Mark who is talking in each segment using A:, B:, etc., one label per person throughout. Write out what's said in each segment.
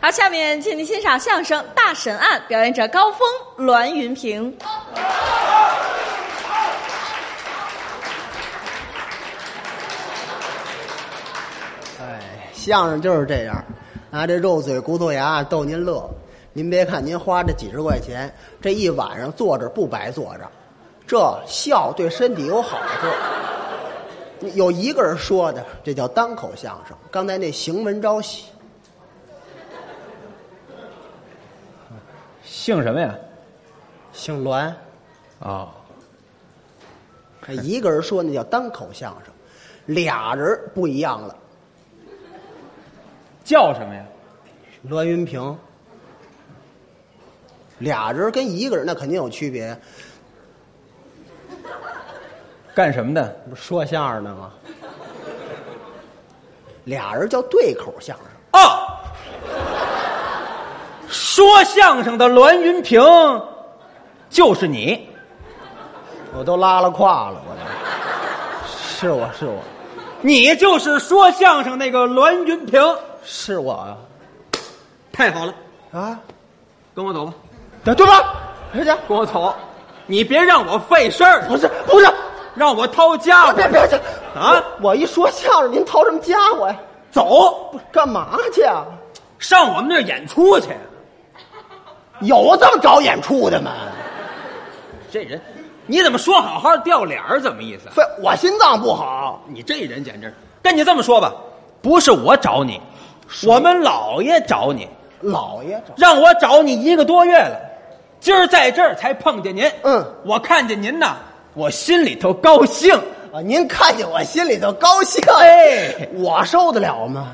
A: 好，下面请您欣赏相声《大审案》，表演者高峰、栾云平。
B: 哎，相声就是这样，拿这肉嘴骨头牙逗您乐。您别看您花这几十块钱，这一晚上坐着不白坐着，这笑对身体有好处。有一个人说的，这叫单口相声。刚才那邢文昭喜
C: 姓什么呀？
B: 姓栾，
C: 哦，
B: 哎一个人说那叫单口相声，俩人不一样了。
C: 叫什么呀？
B: 栾云平，俩人跟一个人那肯定有区别，
C: 干什么的？
B: 不是说相声的吗？俩人叫对口相声，
C: 哦，说相声的栾云平就是你。
B: 我都拉了胯了，我都。是我是我
C: 你就是说相声那个栾云平，
B: 是我啊
C: 太好了，
B: 啊！
C: 跟我走吧，
B: 对对吧？回去
C: 跟我走，你别让我费事儿，
B: 不是不是，啊
C: 让我掏家伙
B: 别别去
C: 啊！
B: 我一说相声，您掏什么家伙呀？
C: 走，
B: 不是干嘛去啊？
C: 上我们那儿演出去。
B: 有这么找演出的吗？
C: 这人，你怎么说好好掉脸儿？怎么意思啊？
B: 非我心脏不好，
C: 你这人简直……跟你这么说吧，不是我找你，我们老爷找你，
B: 老爷找
C: 让我找你一个多月了，今儿在这儿才碰见您。
B: 嗯，
C: 我看见您呐，我心里头高兴。
B: 啊！您看见我心里头高兴，
C: 哎，
B: 我受得了吗？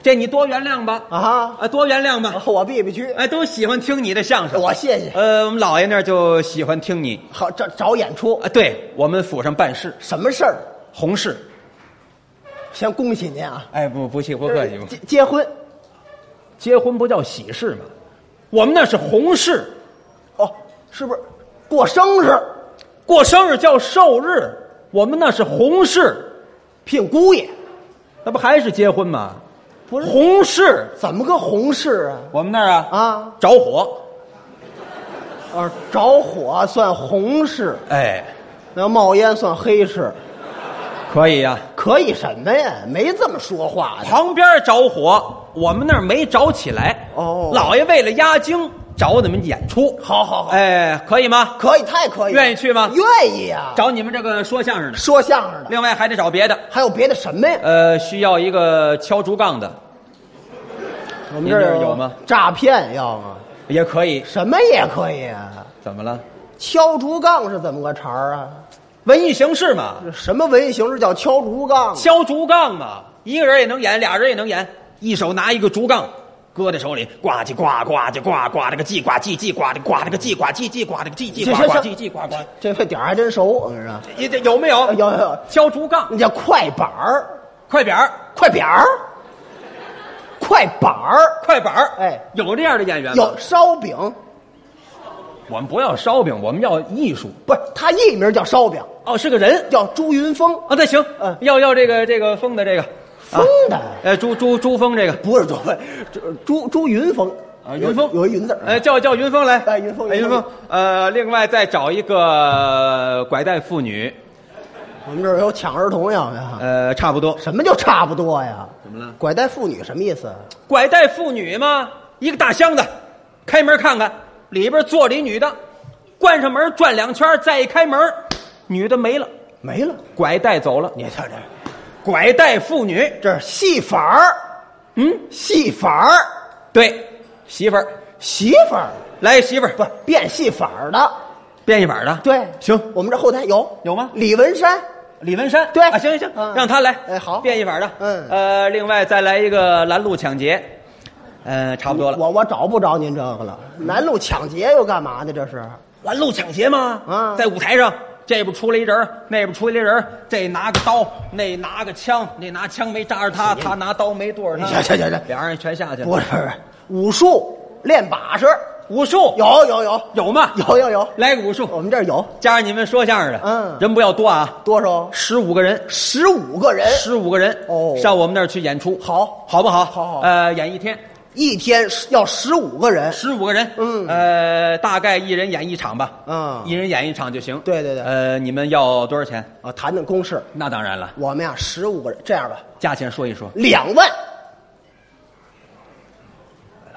C: 这你多原谅吧，
B: 啊，
C: 啊，多原谅吧。
B: 我避避去，
C: 哎，都喜欢听你的相声。
B: 我谢谢。
C: 呃，我们老爷那儿就喜欢听你
B: 好，这找演出
C: 啊。对我们府上办事，
B: 什么事儿？
C: 红事。
B: 先恭喜您啊！
C: 哎，不不气不客气，不
B: 结结婚
C: 结婚不叫喜事吗？我们那是红事。
B: 哦，是不是过生日
C: 过生日叫寿日，我们那是红事，
B: 聘姑爷？
C: 那不还是结婚吗？
B: 不是
C: 红事，
B: 怎么个红事啊？
C: 我们那儿啊
B: 啊
C: 着火，
B: 啊，着火算红事，
C: 哎，
B: 那冒烟算黑事，
C: 可以呀、
B: 可以什么呀？没这么说话的。
C: 旁边着火，我们那儿没着起来。
B: 哦
C: 老爷为了压惊，找你们演出。
B: 好好好
C: 哎，可以吗？
B: 可以，太可以了。
C: 愿意去吗
B: 愿意啊！
C: 找你们这个说相声的，
B: 说相声的，
C: 另外还得找别的。
B: 还有别的什么呀？
C: 呃，需要一个敲竹杠的，
B: 我
C: 您这儿有吗？
B: 诈骗要吗？
C: 也可以。
B: 什么也可以啊！
C: 怎么了？
B: 敲竹杠是怎么个茬儿啊？
C: 文艺形式嘛，
B: 这什么文艺形式叫敲竹杠？啊
C: 敲竹杠嘛，一个人也能演，俩人也能演，一手拿一个竹杠，搁在手里，呱唧呱呱唧呱呱这个叽呱唧叽呱这个呱这个叽呱唧叽呱这个叽叽呱呱叽叽呱呱，
B: 这这点儿还真熟，我跟你说，
C: 你这有没有？
B: 有有有
C: 敲竹杠，
B: 那叫快板儿，
C: 快板儿，
B: 快板儿，快板儿，
C: 快板儿，
B: 哎，
C: 有这样的演员吗
B: 有？烧饼，
C: 我们不要烧饼，我们要艺术。
B: 不是他艺名叫烧饼，
C: 哦，是个人
B: 叫朱云峰，
C: 啊，那行
B: 嗯，
C: 要要这个这个风的这个，
B: 风的、
C: 呃，朱朱朱峰这个
B: 不是朱朱朱朱云峰
C: 啊，云峰
B: 有有一云字儿，
C: 呃，叫叫云峰来，
B: 哎云峰
C: 哎
B: 云
C: 云
B: 峰
C: 峰，呃，另外再找一个拐带妇女，
B: 我们这儿有抢儿童要不要？
C: 呃，差不多。
B: 什么叫差不多呀？
C: 怎么了？
B: 拐带妇女什么意思？
C: 拐带妇女吗？一个大箱子，开门看看，里边坐着一女的，关上门转两圈，再一开门，女的没了，
B: 没了，
C: 拐带走了。
B: 你瞧这。
C: 拐带妇女，
B: 这是戏法儿，
C: 嗯，
B: 戏法儿，
C: 对，媳妇儿，
B: 媳妇儿
C: 来媳妇儿，
B: 不是变戏法儿的，
C: 编一板的，，
B: 对，
C: 行
B: 我们这后台有
C: 有吗
B: 李文山，
C: 李文山，
B: 对
C: 啊，行行行，
B: 嗯
C: 让他来，
B: 哎好
C: 编一板的，
B: 嗯
C: 呃，另外再来一个拦路抢劫，呃，差不多了。
B: 我我找不着您这个了，拦路抢劫又干嘛呢？这是
C: 拦路抢劫吗？
B: 嗯
C: 在舞台上，这边出来一人儿，那边出来一人儿，这拿个刀，那拿个枪，那拿枪没扎着他，他拿刀没对着他。
B: 行行行行
C: 两人全下去了。
B: 不是不是武术练把式？
C: 武术
B: 有有有
C: 有吗？
B: 有有有，
C: 来个武术，
B: 我们这儿有
C: 加上你们说相声的，
B: 嗯
C: 人不要多啊，
B: 多少？
C: 十五个人，
B: 十五个人，
C: 十五个人
B: 哦
C: 上我们那儿去演出，
B: 好
C: 好不好？
B: 好好
C: 呃，演一天，
B: 一天要十五个人，
C: 十五个人，
B: 嗯
C: 呃，大概一人演一场吧，
B: 嗯
C: 一人演一场就行。
B: 对对对
C: 呃，你们要多少钱？
B: 啊，谈谈公事。
C: 那当然了，
B: 我们呀，十五个人，这样吧，
C: 价钱说一说，
B: 两万。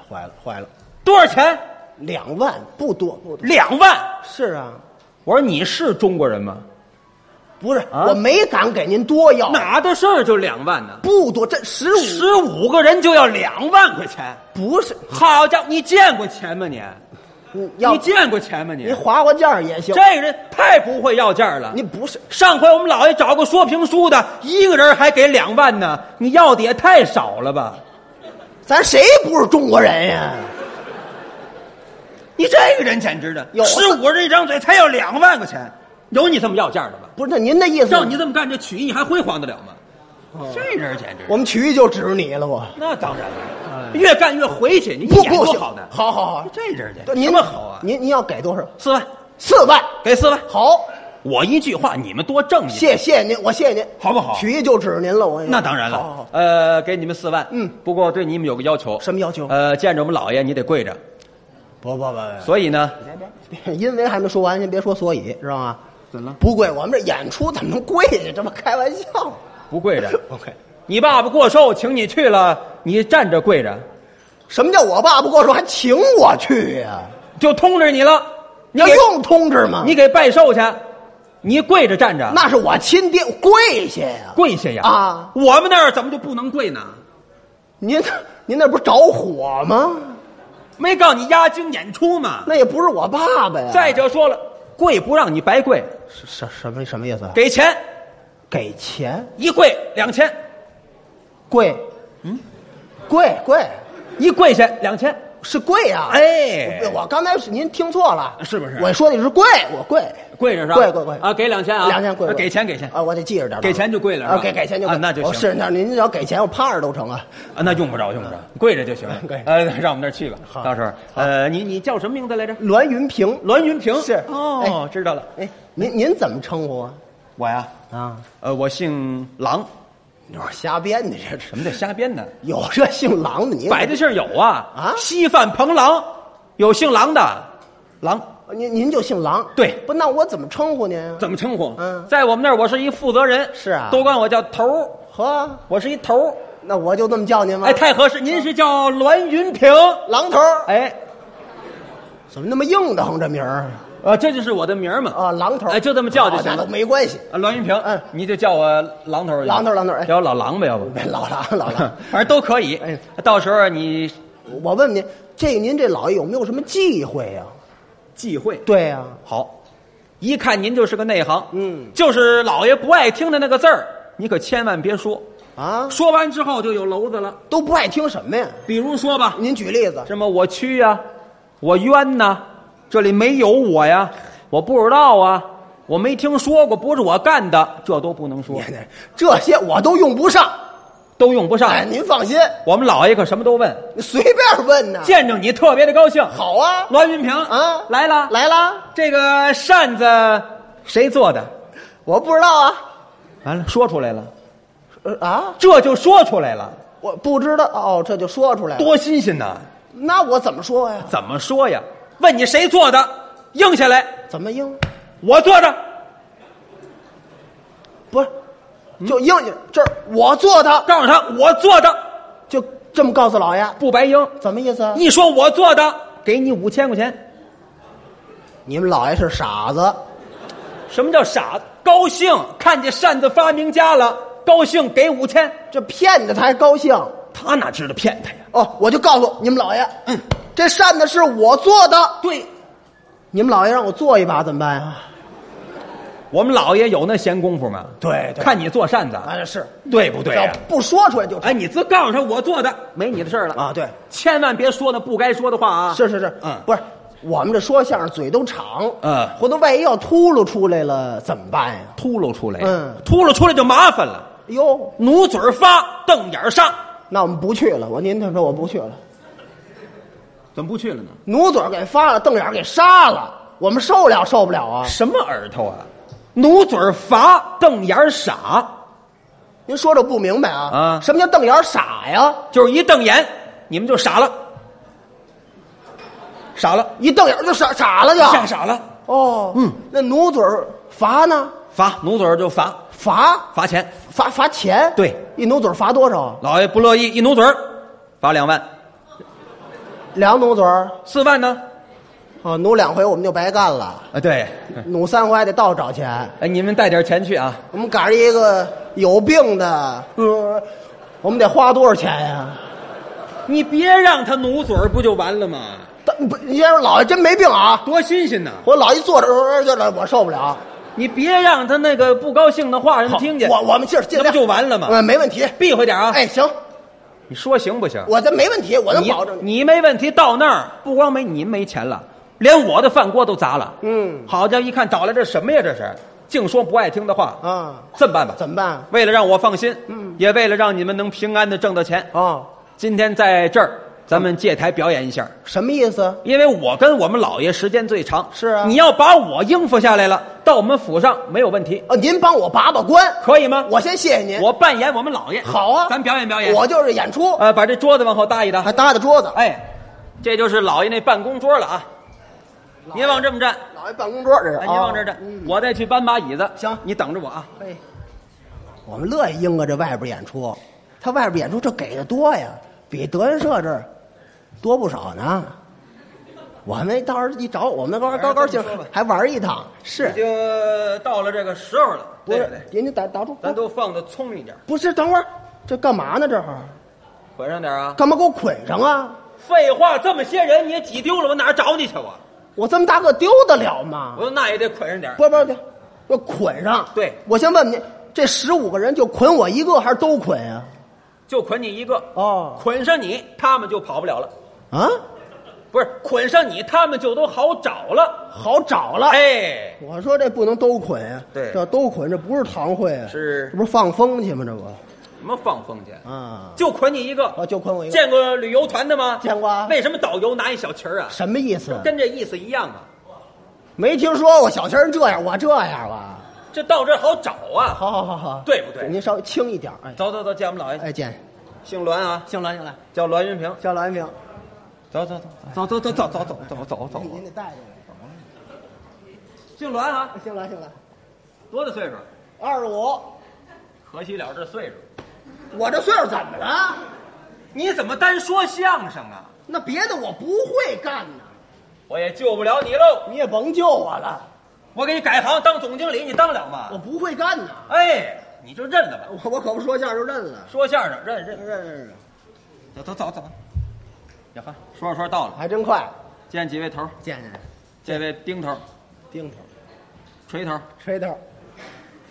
B: 坏了，坏了，
C: 多少钱？
B: 两万不多不多。
C: 两万。
B: 是啊，
C: 我说你是中国人吗？
B: 不是，
C: 啊
B: 我没敢给您多要，
C: 哪的事儿就两万呢？
B: 不多，这十五
C: 十五个人就要两万块钱，
B: 不是，
C: 好家伙，你见过钱吗你？
B: 你嗯要
C: 你见过钱吗你？
B: 您划划价儿也行。
C: 这个人太不会要价了。
B: 您不是
C: 上回我们老爷找个说评书的，一个人还给两万呢，你要的也太少了吧？
B: 咱谁不是中国人呀？
C: 你这个人简直的
B: 有，
C: 十五人一张嘴才要两万块钱，有你这么要价的吗？
B: 不是，那您的意思？
C: 照你这么干，这曲艺还辉煌得了吗？
B: 哦
C: 这人简直，
B: 我们曲艺就指着你了，我
C: 那当然了，越干越回去，你一
B: 不
C: 点
B: 不
C: 多
B: 行，
C: 好呢。
B: 好好好，
C: 这人简直
B: 您
C: 什么好啊？
B: 您您要给多少？
C: 四万，
B: 四万，
C: 给四万。
B: 好，
C: 我一句话，你们多挣一点。
B: 谢谢您，我谢谢您，
C: 好不好
B: 曲艺就指着您了，我跟你说
C: 那当然了，
B: 好好好，
C: 呃，给你们四万，
B: 嗯
C: 不过对你们有个要求，哎
B: 什么要求
C: 呃，见着我们老爷你得跪着，
B: 不不不
C: 所以呢，
B: 不， 因为还没说完，先别说所以，知道吗？怎了？不跪，我们这演出怎么能跪下？这不开玩笑吗
C: 不跪 着，
B: ？OK，
C: 你爸爸过寿，请你去了，你站着跪着，
B: 什么叫我爸不跟我说还请我去呀？
C: 就通知你了，你
B: 要
C: 给
B: 用通知吗？
C: 你给拜寿去，你跪着站着，
B: 那是我亲爹，我跪下呀！
C: 跪下呀
B: 啊！
C: 我们那儿怎么就不能跪呢？
B: 您您那不是着火吗？
C: 没告诉你压惊演出吗？
B: 那也不是我爸爸呀！
C: 再者说了，跪不让你白跪，
B: 什什什么什么意思？啊
C: 给钱
B: 给钱
C: 一跪两千，
B: 跪，嗯，跪跪
C: 一跪下两千，
B: 是跪啊！
C: 哎
B: 我，我刚才是您听错了，
C: 是不是
B: 我说的是跪，我跪，
C: 跪着是吧？
B: 跪跪跪
C: 啊，给两千啊，
B: 两千跪，
C: 啊
B: 跪
C: 给钱给钱
B: 啊！我得记着点儿，
C: 给钱就跪了是
B: 啊！
C: 吧
B: 给给钱就跪
C: 啊那就行
B: 哦是那您只要给钱，我趴着都成啊！
C: 啊，那用不着用不着，跪着 就行了
B: 跪。
C: 呃，让我们那儿去吧，
B: 好
C: 到时候呃，你你叫什么名字来着？
B: 栾云平，
C: 栾云平
B: 是
C: 哦，知道了。
B: 哎，您您怎么称呼啊？
C: 我呀，
B: 啊，
C: 呃，我姓郎，
B: 你说瞎编的这
C: 什
B: 是？
C: 么叫瞎编呢？
B: 有这姓郎的，您
C: 摆的姓儿有啊
B: 嗯啊
C: 稀饭彭郎，有姓郎的，郎
B: 您您就姓郎，
C: 对
B: 不？那我怎么称呼您啊？
C: 怎么称呼？
B: 嗯
C: 在我们那儿我是一负责人，
B: 是啊
C: 都管我叫头儿，
B: 呵，
C: 我是一头儿。
B: 那我就这么叫您吗？
C: 哎，太合适，
B: 嗯
C: 您是叫栾云平，
B: 狼头儿，
C: 哎，
B: 怎么那么硬的横这名儿
C: 呃，这就是我的名儿嘛。
B: 啊？狼头儿，
C: 哎就这么叫就行
B: 啊那没关系。
C: 啊，栾云平，
B: 嗯
C: 你就叫我郎头儿就行，
B: 郎头儿郎头儿哎
C: 叫我老郎吧，要不，
B: 老狼老狼，
C: 反正都可以。
B: 哎
C: 到时候你
B: 我问您，这个您这老爷有没有什么忌讳呀、
C: 忌讳
B: 对呀、
C: 好，一看您就是个内行，
B: 嗯，
C: 就是老爷不爱听的那个字儿，你可千万别说，
B: 啊，
C: 说完之后就有娄子了。
B: 都不爱听什么呀？
C: 比如说吧，
B: 您举例子，
C: 什么我屈呀、我冤呐、这里没有我呀，我不知道啊，我没听说过，不是我干的，这都不能说，
B: 这些我都用不上。
C: 都用不上。
B: 哎，您放心，
C: 我们老爷可什么都问，
B: 你随便问呐。
C: 见着你特别的高兴。
B: 好啊，
C: 栾云平
B: 啊
C: 来了，
B: 来啦，
C: 这个扇子谁做的？
B: 我不知道啊，
C: 完了，说出来了，
B: 呃啊，
C: 这就说出来了，
B: 我不知道哦，这就说出来了。
C: 多新鲜呐！
B: 那我怎么说呀？
C: 怎么说呀？问你谁做的，应下来，
B: 怎么应？
C: 我做的，
B: 不是，嗯就应这儿我做的，
C: 告诉他我做的，
B: 就这么告诉老爷，
C: 不白应。
B: 怎么意思啊？
C: 一说我做的，给你五千块钱。
B: 你们老爷是傻子，
C: 什么叫傻子？高兴，看见扇子发明家了，高兴给五千。
B: 这骗子他还高兴
C: 他哪知道骗他呀？
B: 哦！我就告诉你们老爷，嗯，这扇子是我做的，
C: 对
B: 你们老爷让我做一把怎么办呀、
C: 我们老爷有那闲工夫吗？
B: 对
C: 看你做扇子，
B: 啊是，
C: 对不对呀、
B: 要不说出来就
C: 哎，你自告诉他我做的，没你的事儿了。
B: 啊，对，
C: 千万别说那不该说的话啊！
B: 是是是，
C: 嗯
B: 不是我们这说相声嘴都长，
C: 嗯
B: 回头万一要秃噜出来了怎么办呀？
C: 秃噜出来，
B: 嗯
C: 秃噜出来就麻烦了，
B: 哎呦，
C: 努嘴儿发，瞪眼儿杀，
B: 那我们不去了，我您他说我不去了，
C: 怎么不去了呢？
B: 努嘴儿给发了，瞪眼儿给杀了，我们受了受不了啊？
C: 什么耳朵啊？努嘴儿罚，瞪眼儿傻，
B: 您说这不明白啊？
C: 啊
B: 什么叫瞪眼儿傻呀？
C: 就是一瞪眼，你们就傻了，傻了，
B: 一瞪眼就傻傻 了就。
C: 吓傻了，
B: 哦，
C: 嗯，
B: 那努嘴儿罚呢？
C: 罚努嘴儿就罚，
B: 罚
C: 罚钱。
B: 罚罚钱？
C: 对，
B: 一努嘴儿罚多少？
C: 老爷不乐意，一努嘴儿，罚两万，
B: 两努嘴儿，
C: 四万呢？
B: 哦，努两回我们就白干了，
C: 啊，对，
B: 努三回还得倒找钱。
C: 哎，你们带点钱去啊。
B: 我们赶上一个有病的，嗯，我们得花多少钱呀？
C: 你别让他努嘴儿，不就完了吗？
B: 但不，你先说老爷真没病啊！
C: 多新鲜呐！
B: 我老一坐着呃就来，我受不了。
C: 你别让他那个不高兴的话让他听见，
B: 我我们劲儿尽
C: 那不
B: 量
C: 就完了吗？
B: 呃，没问题。
C: 避讳点啊！
B: 哎，行，
C: 你说行不行？
B: 我这没问题，我能保证你。
C: 你没问题，到那儿不光没您没钱了，连我的饭锅都砸了。
B: 嗯
C: 好家伙，一看找来这什么呀？这是净说不爱听的话。
B: 啊，
C: 这么办吧，
B: 怎么办？
C: 为了让我放心，
B: 嗯
C: 也为了让你们能平安的挣到钱，
B: 啊，
C: 今天在这儿咱们借台表演一下。
B: 什么意思？
C: 因为我跟我们老爷时间最长，
B: 是啊
C: 你要把我应付下来了，到我们府上没有问题，
B: 哦，您帮我把把关，
C: 可以吗？
B: 我先谢谢您。
C: 我扮演我们老爷，
B: 好啊，
C: 咱表演表演。
B: 我就是演出，
C: 呃，把这桌子往后搭一搭
B: 还，搭的桌子。
C: 哎，这就是老爷那办公桌了啊。您往这么站，
B: 老爷办公桌这是，
C: 哎，您往这儿站
B: 啊，嗯
C: 我再去搬把椅子。
B: 行
C: 你等着我啊。
B: 嘿，我们乐意应啊这外边演出，他外边演出这给的多呀，比德云社这儿多不少呢。我们到时候一找，我们高高高兴
C: 哎这么说吧，
B: 还玩一趟。
C: 已
B: 是，
C: 经到了这个时候了，
B: 不
C: 对
B: 是
C: 不对？？
B: 您您打打住，
C: 咱都放的聪明点儿，
B: 不是，等会儿这干嘛呢？这会儿
C: 稳上点儿啊。
B: 干嘛给我捆上啊？
C: 废话，这么些人你也挤丢了，我哪儿找你去？我
B: 我这么大个丢得了吗？
C: 我那也得捆上点儿。
B: 不不不，要捆上。
C: 对
B: 我先问你，这十五个人就捆我一个，还是都捆啊？
C: 就捆你一个，
B: 哦，
C: 捆上你，他们就跑不了了。
B: 啊，
C: 不是捆上你，他们就都好找了。
B: 好找了。
C: 哎，
B: 我说这不能都捆啊，
C: 对
B: 这都捆这不是堂会啊，
C: 是
B: 这不是放风去吗？这不
C: 什么放风去？
B: 啊，
C: 就捆你一个。
B: 我就捆我一个，
C: 见过旅游团的吗？
B: 见过啊
C: 为什么导游拿一小旗儿啊？
B: 什么意思？
C: 跟这意思一样啊。
B: 没听说过小钱人这样，我这样啊？
C: 这到这儿好找啊。
B: 好好好好，
C: 对不对
B: 您稍微轻一点，哎
C: 走走走，见我们老爷，
B: 哎，见，
C: 姓栾啊，
B: 行了行了，
C: 叫栾云平。
B: 叫蓝平，
C: 走走走走走走走走走走走
B: 您得带着
C: 姓栾啊
B: 我，，行了行了，
C: 多大岁数？
B: 二十五，
C: 可惜了这岁数。
B: 我这岁数怎么了？
C: 你怎么单说相声啊？
B: 那别的我不会干呢，
C: 我也救不了你喽。
B: 你也甭救我了，
C: 我给你改行当总经理，你当了吗？
B: 我不会干呢，
C: 哎，你就认了吧。
B: 我我可不说相声就认了，
C: 说相声认
B: 认
C: 认，
B: 认认，
C: 走走走走。呀呵，说着说着到了，
B: 还真快，
C: 见几位头儿，
B: 见见，
C: 这位钉头儿、
B: 钉头，
C: 锤头儿、
B: 锤头，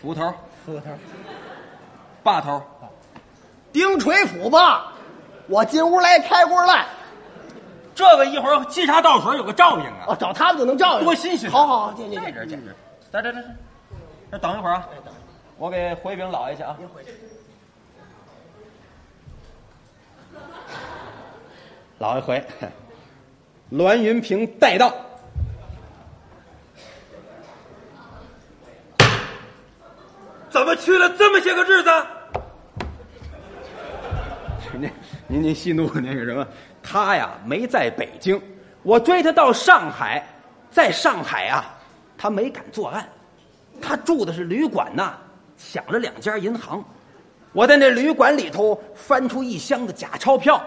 C: 斧头儿、
B: 斧头。
C: 把头儿，
B: 钉锤斧吧，我进屋来开锅来，
C: 这个一会儿沏茶倒水有个照应啊，
B: 哦，找他们就能照应，
C: 多新鲜！
B: 好好好，进进
C: 这
B: 进，
C: 这简直，来来来来，这等一会儿啊，我给回禀老爷去啊。您回去。老爷回，栾云平带到。怎么去了这么些个日子？ 您您您息怒 那个什么，他呀没在北京，我追他到上海，在上海啊，他没敢作案，他住的是旅馆呐，抢了两家银行，我在那旅馆里头翻出一箱子假钞票，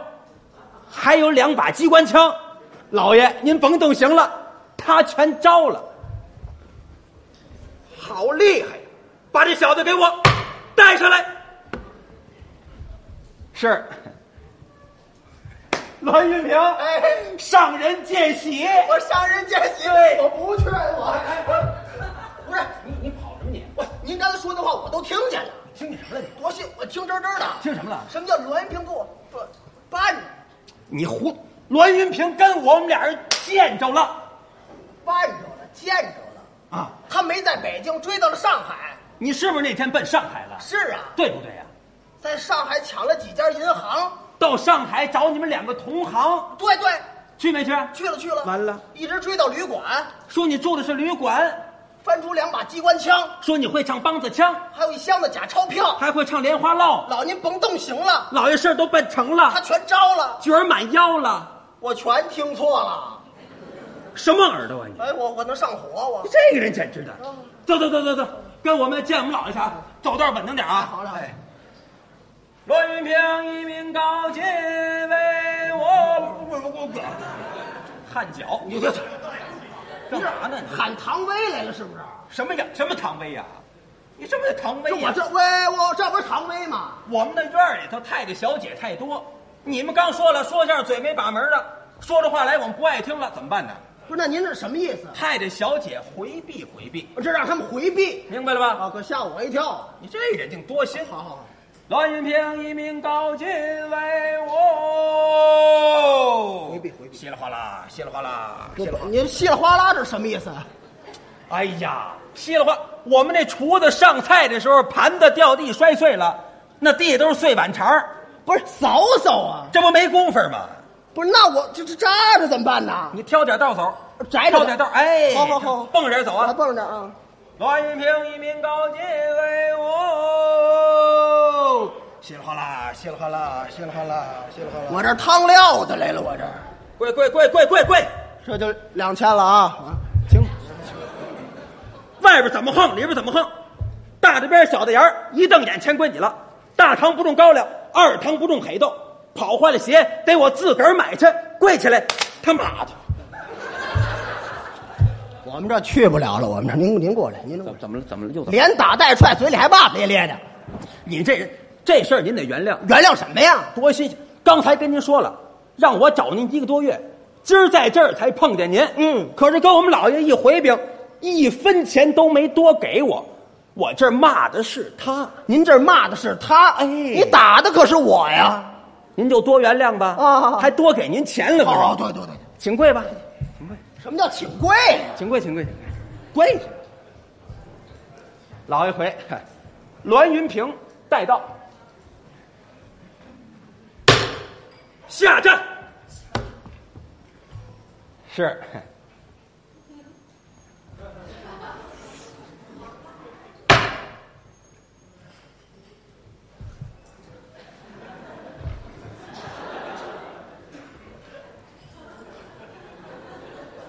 C: 还有两把机关枪，老爷您甭动刑了，他全招了，好厉害呀！把这小子给我带上来。是。 栾云平，哎，上人见喜。
B: 我上人见喜，我不去，我不是
C: 你你跑什么你？
B: 我，您刚才说的话我都听见了，听见什么了？多谢，我听真真的，
C: 听什么了
B: 什么叫栾云平给我这八
C: 你胡！栾云平跟我们俩人见着了
B: 八着了，见着了，
C: 啊！
B: 他没在北京，追到了上海，
C: 你是不是那天奔上海了？
B: 是啊，
C: 对不对呀、
B: 在上海抢了几家银行，
C: 到上海找你们两个同行，
B: 对对，
C: 去没去？
B: 去了去了，
C: 完了，
B: 一直追到旅馆，
C: 说你住的是旅馆，
B: 翻出两把机关枪，
C: 说你会唱梆子腔，
B: 还有一箱子假钞票。
C: 还会唱莲花落，
B: 老您甭动行了，
C: 老爷事儿都办成
B: 他
C: 了，
B: 全招了，
C: 角儿满腰了，
B: 我全听错了。
C: 什么耳朵啊你？
B: 哎，我我能上火我。
C: 这个人简直的！走走走走走，跟我们见我们老爷去啊，走道稳当点啊。
B: 好了，哎，
C: 栾云平一名高进，为我我我我汗脚，你这干嘛呢？你
B: 喊唐薇来了是不是？
C: 什么呀？什么唐薇呀？你什么叫唐薇
B: 就
C: 呀？
B: 我这喂，我这不是唐薇吗？
C: 我们的院儿里头太太小姐太多，你们刚说了说相声嘴没把门儿的，说着话来我们不爱听了，怎么办呢？
B: 不是，那您这什么意思？
C: 太太小姐回避回避，
B: 这让他们回避
C: 明白了吧？
B: 啊！可吓我一跳。
C: 你这人竟多心。
B: 好好好，
C: 栾云平一命高进为我，
B: 回避回避
C: 稀里哗啦，稀里哗啦，稀
B: 不
C: 里哗
B: 不
C: 啦。
B: 您稀里哗啦这什么意思？
C: 哎呀，稀里哗！我们那厨子上菜的时候，盘子掉地摔碎了，那地下都是碎碗碴儿，
B: 不是扫扫啊？
C: 这不没工夫吗？
B: 不是，那我这这扎着怎么办呢？
C: 你挑点道走，
B: 摘着
C: 挑点道，哎，
B: 好好好
C: 蹦着点走
B: 我还
C: 啊！
B: 蹦着啊！
C: 栾云平一命高进为我，稀里哗啦，稀里哗啦，稀里哗啦，稀里哗啦。
B: 我这汤料子来了，我这
C: 跪跪跪跪跪跪！
B: 这就两千了啊！啊，行，
C: 外边怎么横，里边怎么横，大着边儿小着沿儿，一瞪眼钱归你了。大堂不种高粱，二堂不种黑豆，跑坏了鞋得我自个儿买去。跪起来，他妈的！
B: 我们这去不了了，我们这您您过来，您过来
C: 怎么了？怎么了？又怎？
B: 连打带踹，嘴里还骂骂咧咧的，
C: 你这人这事儿您得原谅，
B: 原谅什么呀？
C: 多新鲜！刚才跟您说了，让我找您一个多月，今儿在这儿才碰见您。
B: 嗯
C: 可是跟我们老爷一回禀，一分钱都没多给我，我这儿骂的是他，
B: 您这儿骂的是他，
C: 哎
B: 你打的可是我呀！
C: 您就多原谅吧。
B: 啊
C: 还多给您钱了，可是。
B: 哦，对对对，
C: 请跪吧，
B: 什么叫请跪？
C: 请跪，请跪，请跪，跪下。老一回， 栾云平带到，下站。是。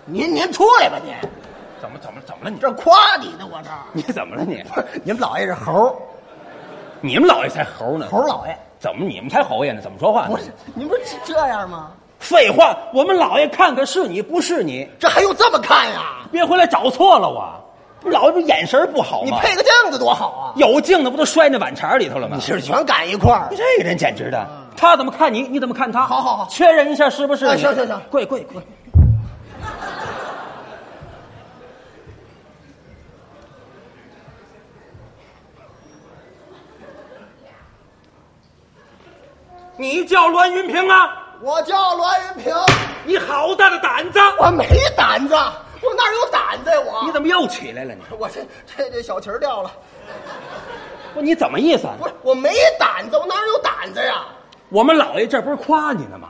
B: 您您出来吧，您
C: 怎么怎么怎么了你？
B: 这夸你呢，我这儿
C: 你怎么了你？
B: 你们老爷是猴儿
C: 你们老爷才猴呢！
B: 猴儿老爷，
C: 怎么你们才侯爷呢？怎么说话呢？
B: 不是您不是这样吗？
C: 废话，我们老爷看看是你不是你，
B: 这还用这么看呀？
C: 别回来找错了我。老爷不眼神不好吗？
B: 你配个镜子多好啊！
C: 有镜子不都摔那碗碴儿里头了吗
B: 你？是全赶一块儿
C: 你，这个人简直的，他怎么看你，你怎么看他？
B: 好好好
C: 确认一下是不是你？
B: 哎行行行
C: 跪跪跪！ 你叫栾云平啊？
B: 我叫栾云平，
C: 你好大的胆子！
B: 我没胆子，我哪有胆子呀？
C: 你
B: 我
C: 怎么又起来了你？
B: 我这这这小旗儿掉了，
C: 不，你怎么意思啊？
B: 不是我没胆子，我哪有胆子呀？
C: 我们老爷这不是夸你呢吗？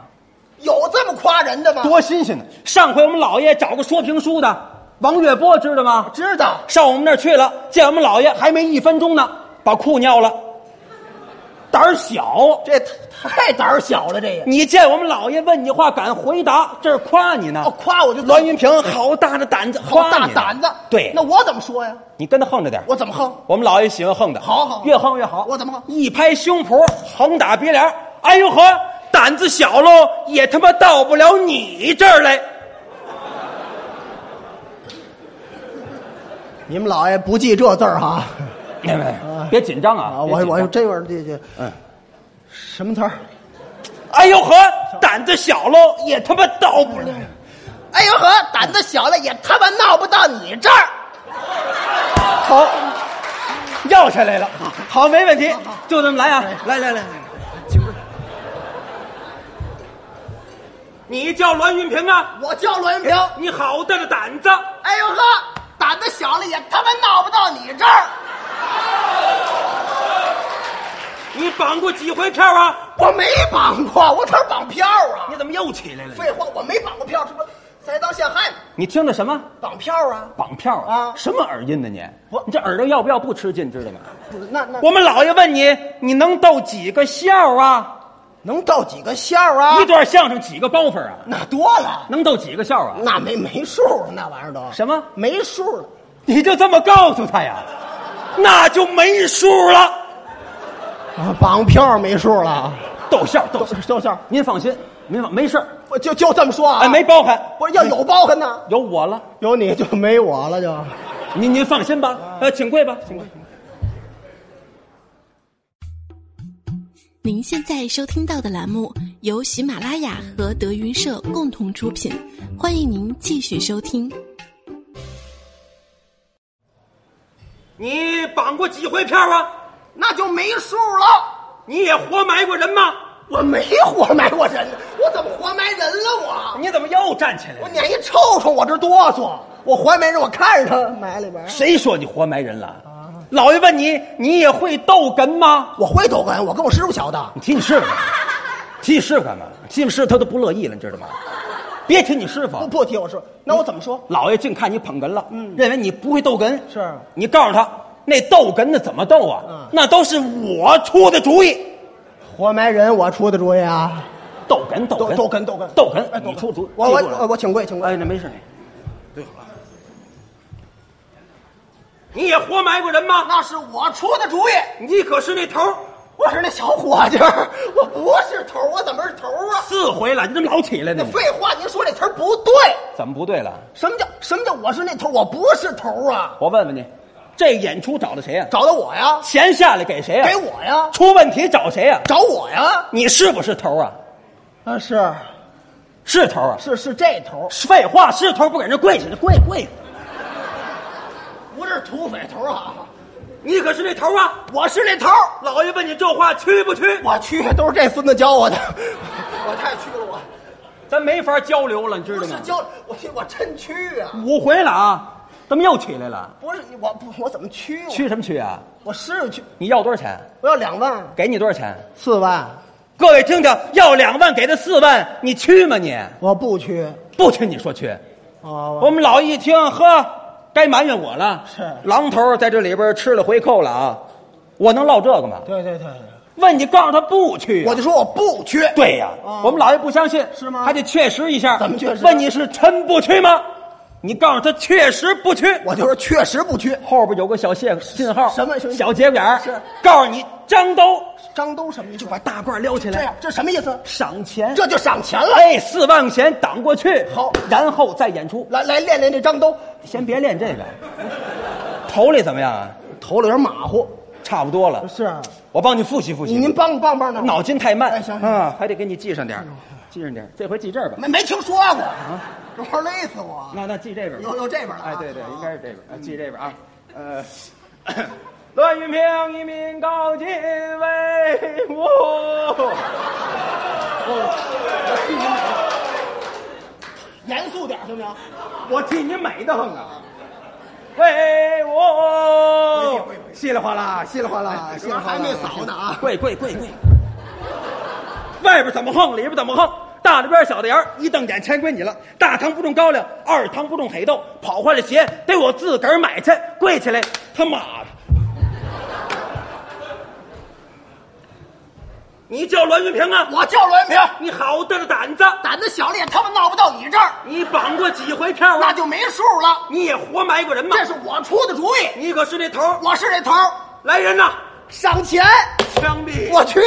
B: 有这么夸人的吗？
C: 多新鲜呢！上回我们老爷找个说评书的王月波，知道吗？
B: 知道
C: 上我们那儿去了，见我们老爷还没一分钟呢，把裤尿了，胆儿小。
B: 这太太胆儿小了，这也
C: 你见我们老爷问你话敢回答，这是夸你呢。
B: 哦，夸我就
C: 栾云平好大的胆子，
B: 好
C: 夸
B: 大
C: 你呢
B: 胆子。
C: 对，
B: 那我怎么说呀？
C: 你跟他横着点儿。
B: 我怎么横？
C: 我们老爷喜欢横的，
B: 好好
C: 越横越好。
B: 我怎么横
C: 一拍胸脯，横打鼻梁，哎呦呵，胆子小喽，也他妈到不了你这儿来。
B: 你们老爷不记这字儿哈？
C: 别别别紧张啊！
B: 啊，我
C: 别
B: 我
C: 紧张
B: 这玩意儿这这
C: 嗯，
B: 什么词儿？
C: 哎呦呵，胆子小喽，也他妈到不了。
B: 哎呦呵，胆子小了也他妈闹不到你这儿。
C: 好，要下来了。好，没问题，就这么来啊！来来来来，你叫栾云平啊？
B: 我叫栾云平。
C: 你好大的胆子！
B: 哎呦呵，胆子小了也他妈闹不到你这儿。
C: 你绑过几回票啊？
B: 我没绑过，我哪儿绑票啊？
C: 你怎么又起来了？
B: 废话，我没绑过票，这不才到陷害嘛，
C: 你听的什么
B: 绑票啊，
C: 绑票
B: 啊
C: 什么耳音呢你？
B: 我
C: 你这耳朵要不要不吃劲，知道吗？
B: 不是那那
C: 我们老爷问你，你能逗几个笑啊？
B: 能到几个馅儿啊
C: 一？段相声几个包袱啊？
B: 那多了，
C: 能逗几个笑啊？
B: 那没没数了，那玩意儿都
C: 什么？
B: 没数了。
C: 你就这么告诉他呀？那就没数了。
B: 啊，绑票没数了，
C: 逗笑，逗笑，
B: 周笑，
C: 您放心，您放没事儿
B: 我就就这么说啊，
C: 哎，没包含，
B: 不是要有包含呢，
C: 有我了。
B: 有你就没我了就。
C: 您您放心吧，呃，请跪吧，请跪。
D: 您现在收听到的栏目由喜马拉雅和德云社共同出品，欢迎您继续收听。
C: 你绑过几回票啊？
B: 那就没数了。
C: 你也活埋过人吗？
B: 我没活埋过人，我怎么活埋人了？
C: 你怎么又站起来
B: 我我
C: 了？
B: 撵一臭虫，我这哆嗦。我活埋人，我看着他埋里边儿。
C: 谁说你活埋人了？老爷问你，你也会逗哏吗？
B: 我会抖啊哏，我跟我师傅学的。
C: 你提你师傅，提你师傅干嘛？提你师傅他都不乐意了，你知道吗？别提你师
B: 不
C: 傅，
B: 不提我师傅，那我怎么说？
C: 老爷净看你捧哏了，认为你不会逗哏。
B: 是
C: 你告诉他，那逗哏的怎么逗啊？
B: 嗯
C: 那都是我出的主意。
B: 活埋人，我出的主意啊！
C: 逗哏，逗
B: 逗
C: 哏，
B: 逗哏，逗哏，
C: 逗哏
B: 哎逗
C: 你出主意
B: 我
C: 记住了
B: 我我请跪，请跪。
C: 哎，那没事。对了，你也活埋过人吗？
B: 那是我出的主意，
C: 你可是那头儿
B: 我是那小伙计儿，我不是头儿，我怎么是头儿啊？
C: 四回了，你怎么老起来
B: 那
C: 呢？
B: 废话，您说这词儿不对。
C: 怎么不对了？
B: 什么叫什么叫我是那头儿？我不是头儿啊！
C: 我问问你，这演出找的谁呀、
B: 找到我呀，
C: 钱下来给谁呀、
B: 给我呀，
C: 出问题找谁呀、
B: 找我呀！
C: 你是不是头啊？
B: 啊，是
C: 是头啊！
B: 是是这头儿，
C: 废话，是头不给人跪下，跪跪下。
B: 不是土匪头儿啊！
C: 你可是那头啊！
B: 我是那头儿，
C: 老爷问你这话屈不屈？
B: 我去，都是这孙子教我的， 我太屈了我。
C: 咱没法交流了，你知
B: 不
C: 道
B: 是
C: 吗？
B: 教我去，我真去啊！
C: 五回了啊，怎么又起来了？
B: 不是我不我怎么去啊？
C: 屈什么屈啊？
B: 我师傅去，
C: 你要多少钱？
B: 我要两万啊
C: 给你多少钱？
B: 四万，
C: 各位听听，要两万给他四万，你屈吗你？
B: 我不哦去啊！
C: 不屈你说屈。
B: 我
C: 我们老一听，呵，该埋怨我了。
B: 是
C: 狼头在这里边吃了回扣了啊！我能落这个吗？
B: 对对对，
C: 问你，告诉他不屈啊、
B: 我就说我不去。
C: 对呀、
B: 啊
C: 我们老爷不相信，
B: 是吗
C: 还得确实一下。
B: 怎么确实
C: 问你是真不屈吗？你告诉他确实不屈。
B: 我就说确实不去。
C: 后边有个小谢信号，
B: 什么什么
C: 小节骨眼儿
B: 是
C: 告诉你张兜
B: 张都什么意思？就把
C: 大褂撩起
B: 这
C: 来
B: 样，，这什么意思？
C: 赏钱。
B: 这就赏钱了。
C: 哎，四万块钱挡过去，
B: 好
C: 然后再演出。
B: 来来练练这张兜，
C: 先别练这个，头里怎么样啊？
B: 头里有点马虎。
C: 差不多了，
B: 是，
C: 我帮你复习复习。
B: 你您帮帮帮呢？
C: 啊脑筋太慢，
B: 哎行行
C: 啊，还得给你记上点儿记上点儿这回记这儿吧。
B: 没没听说过，
C: 啊
B: 这玩意儿累死我。
C: 那那记这边吧，
B: 有有这边了啊
C: 哎，对对，应该是这边，哎记这边啊。呃，栾云平一命高进威武。
B: 严肃点行不行？
C: 我替你美得很啊！为我稀里哗啦，稀里哗啦，
B: 哎还没扫呢啊
C: 跪跪跪跪！外边怎么横，里边怎么横，大的边儿小的沿儿，一瞪眼全归你了。大堂不种高粱，二堂不种黑豆，跑坏了鞋得我自个儿买去。跪起来，他妈的！你叫栾云平啊？
B: 我叫栾平，
C: 你好大的胆子！
B: 胆子小了也他妈闹不到你这儿，
C: 你绑过几回票
B: 那
C: 啊？
B: 就没数了。
C: 你也活埋过人吗？
B: 这是我出的主意，
C: 你可是那头儿！
B: 我是这头儿，
C: 来人呐，
B: 赏钱，
C: 枪毙！
B: 我去。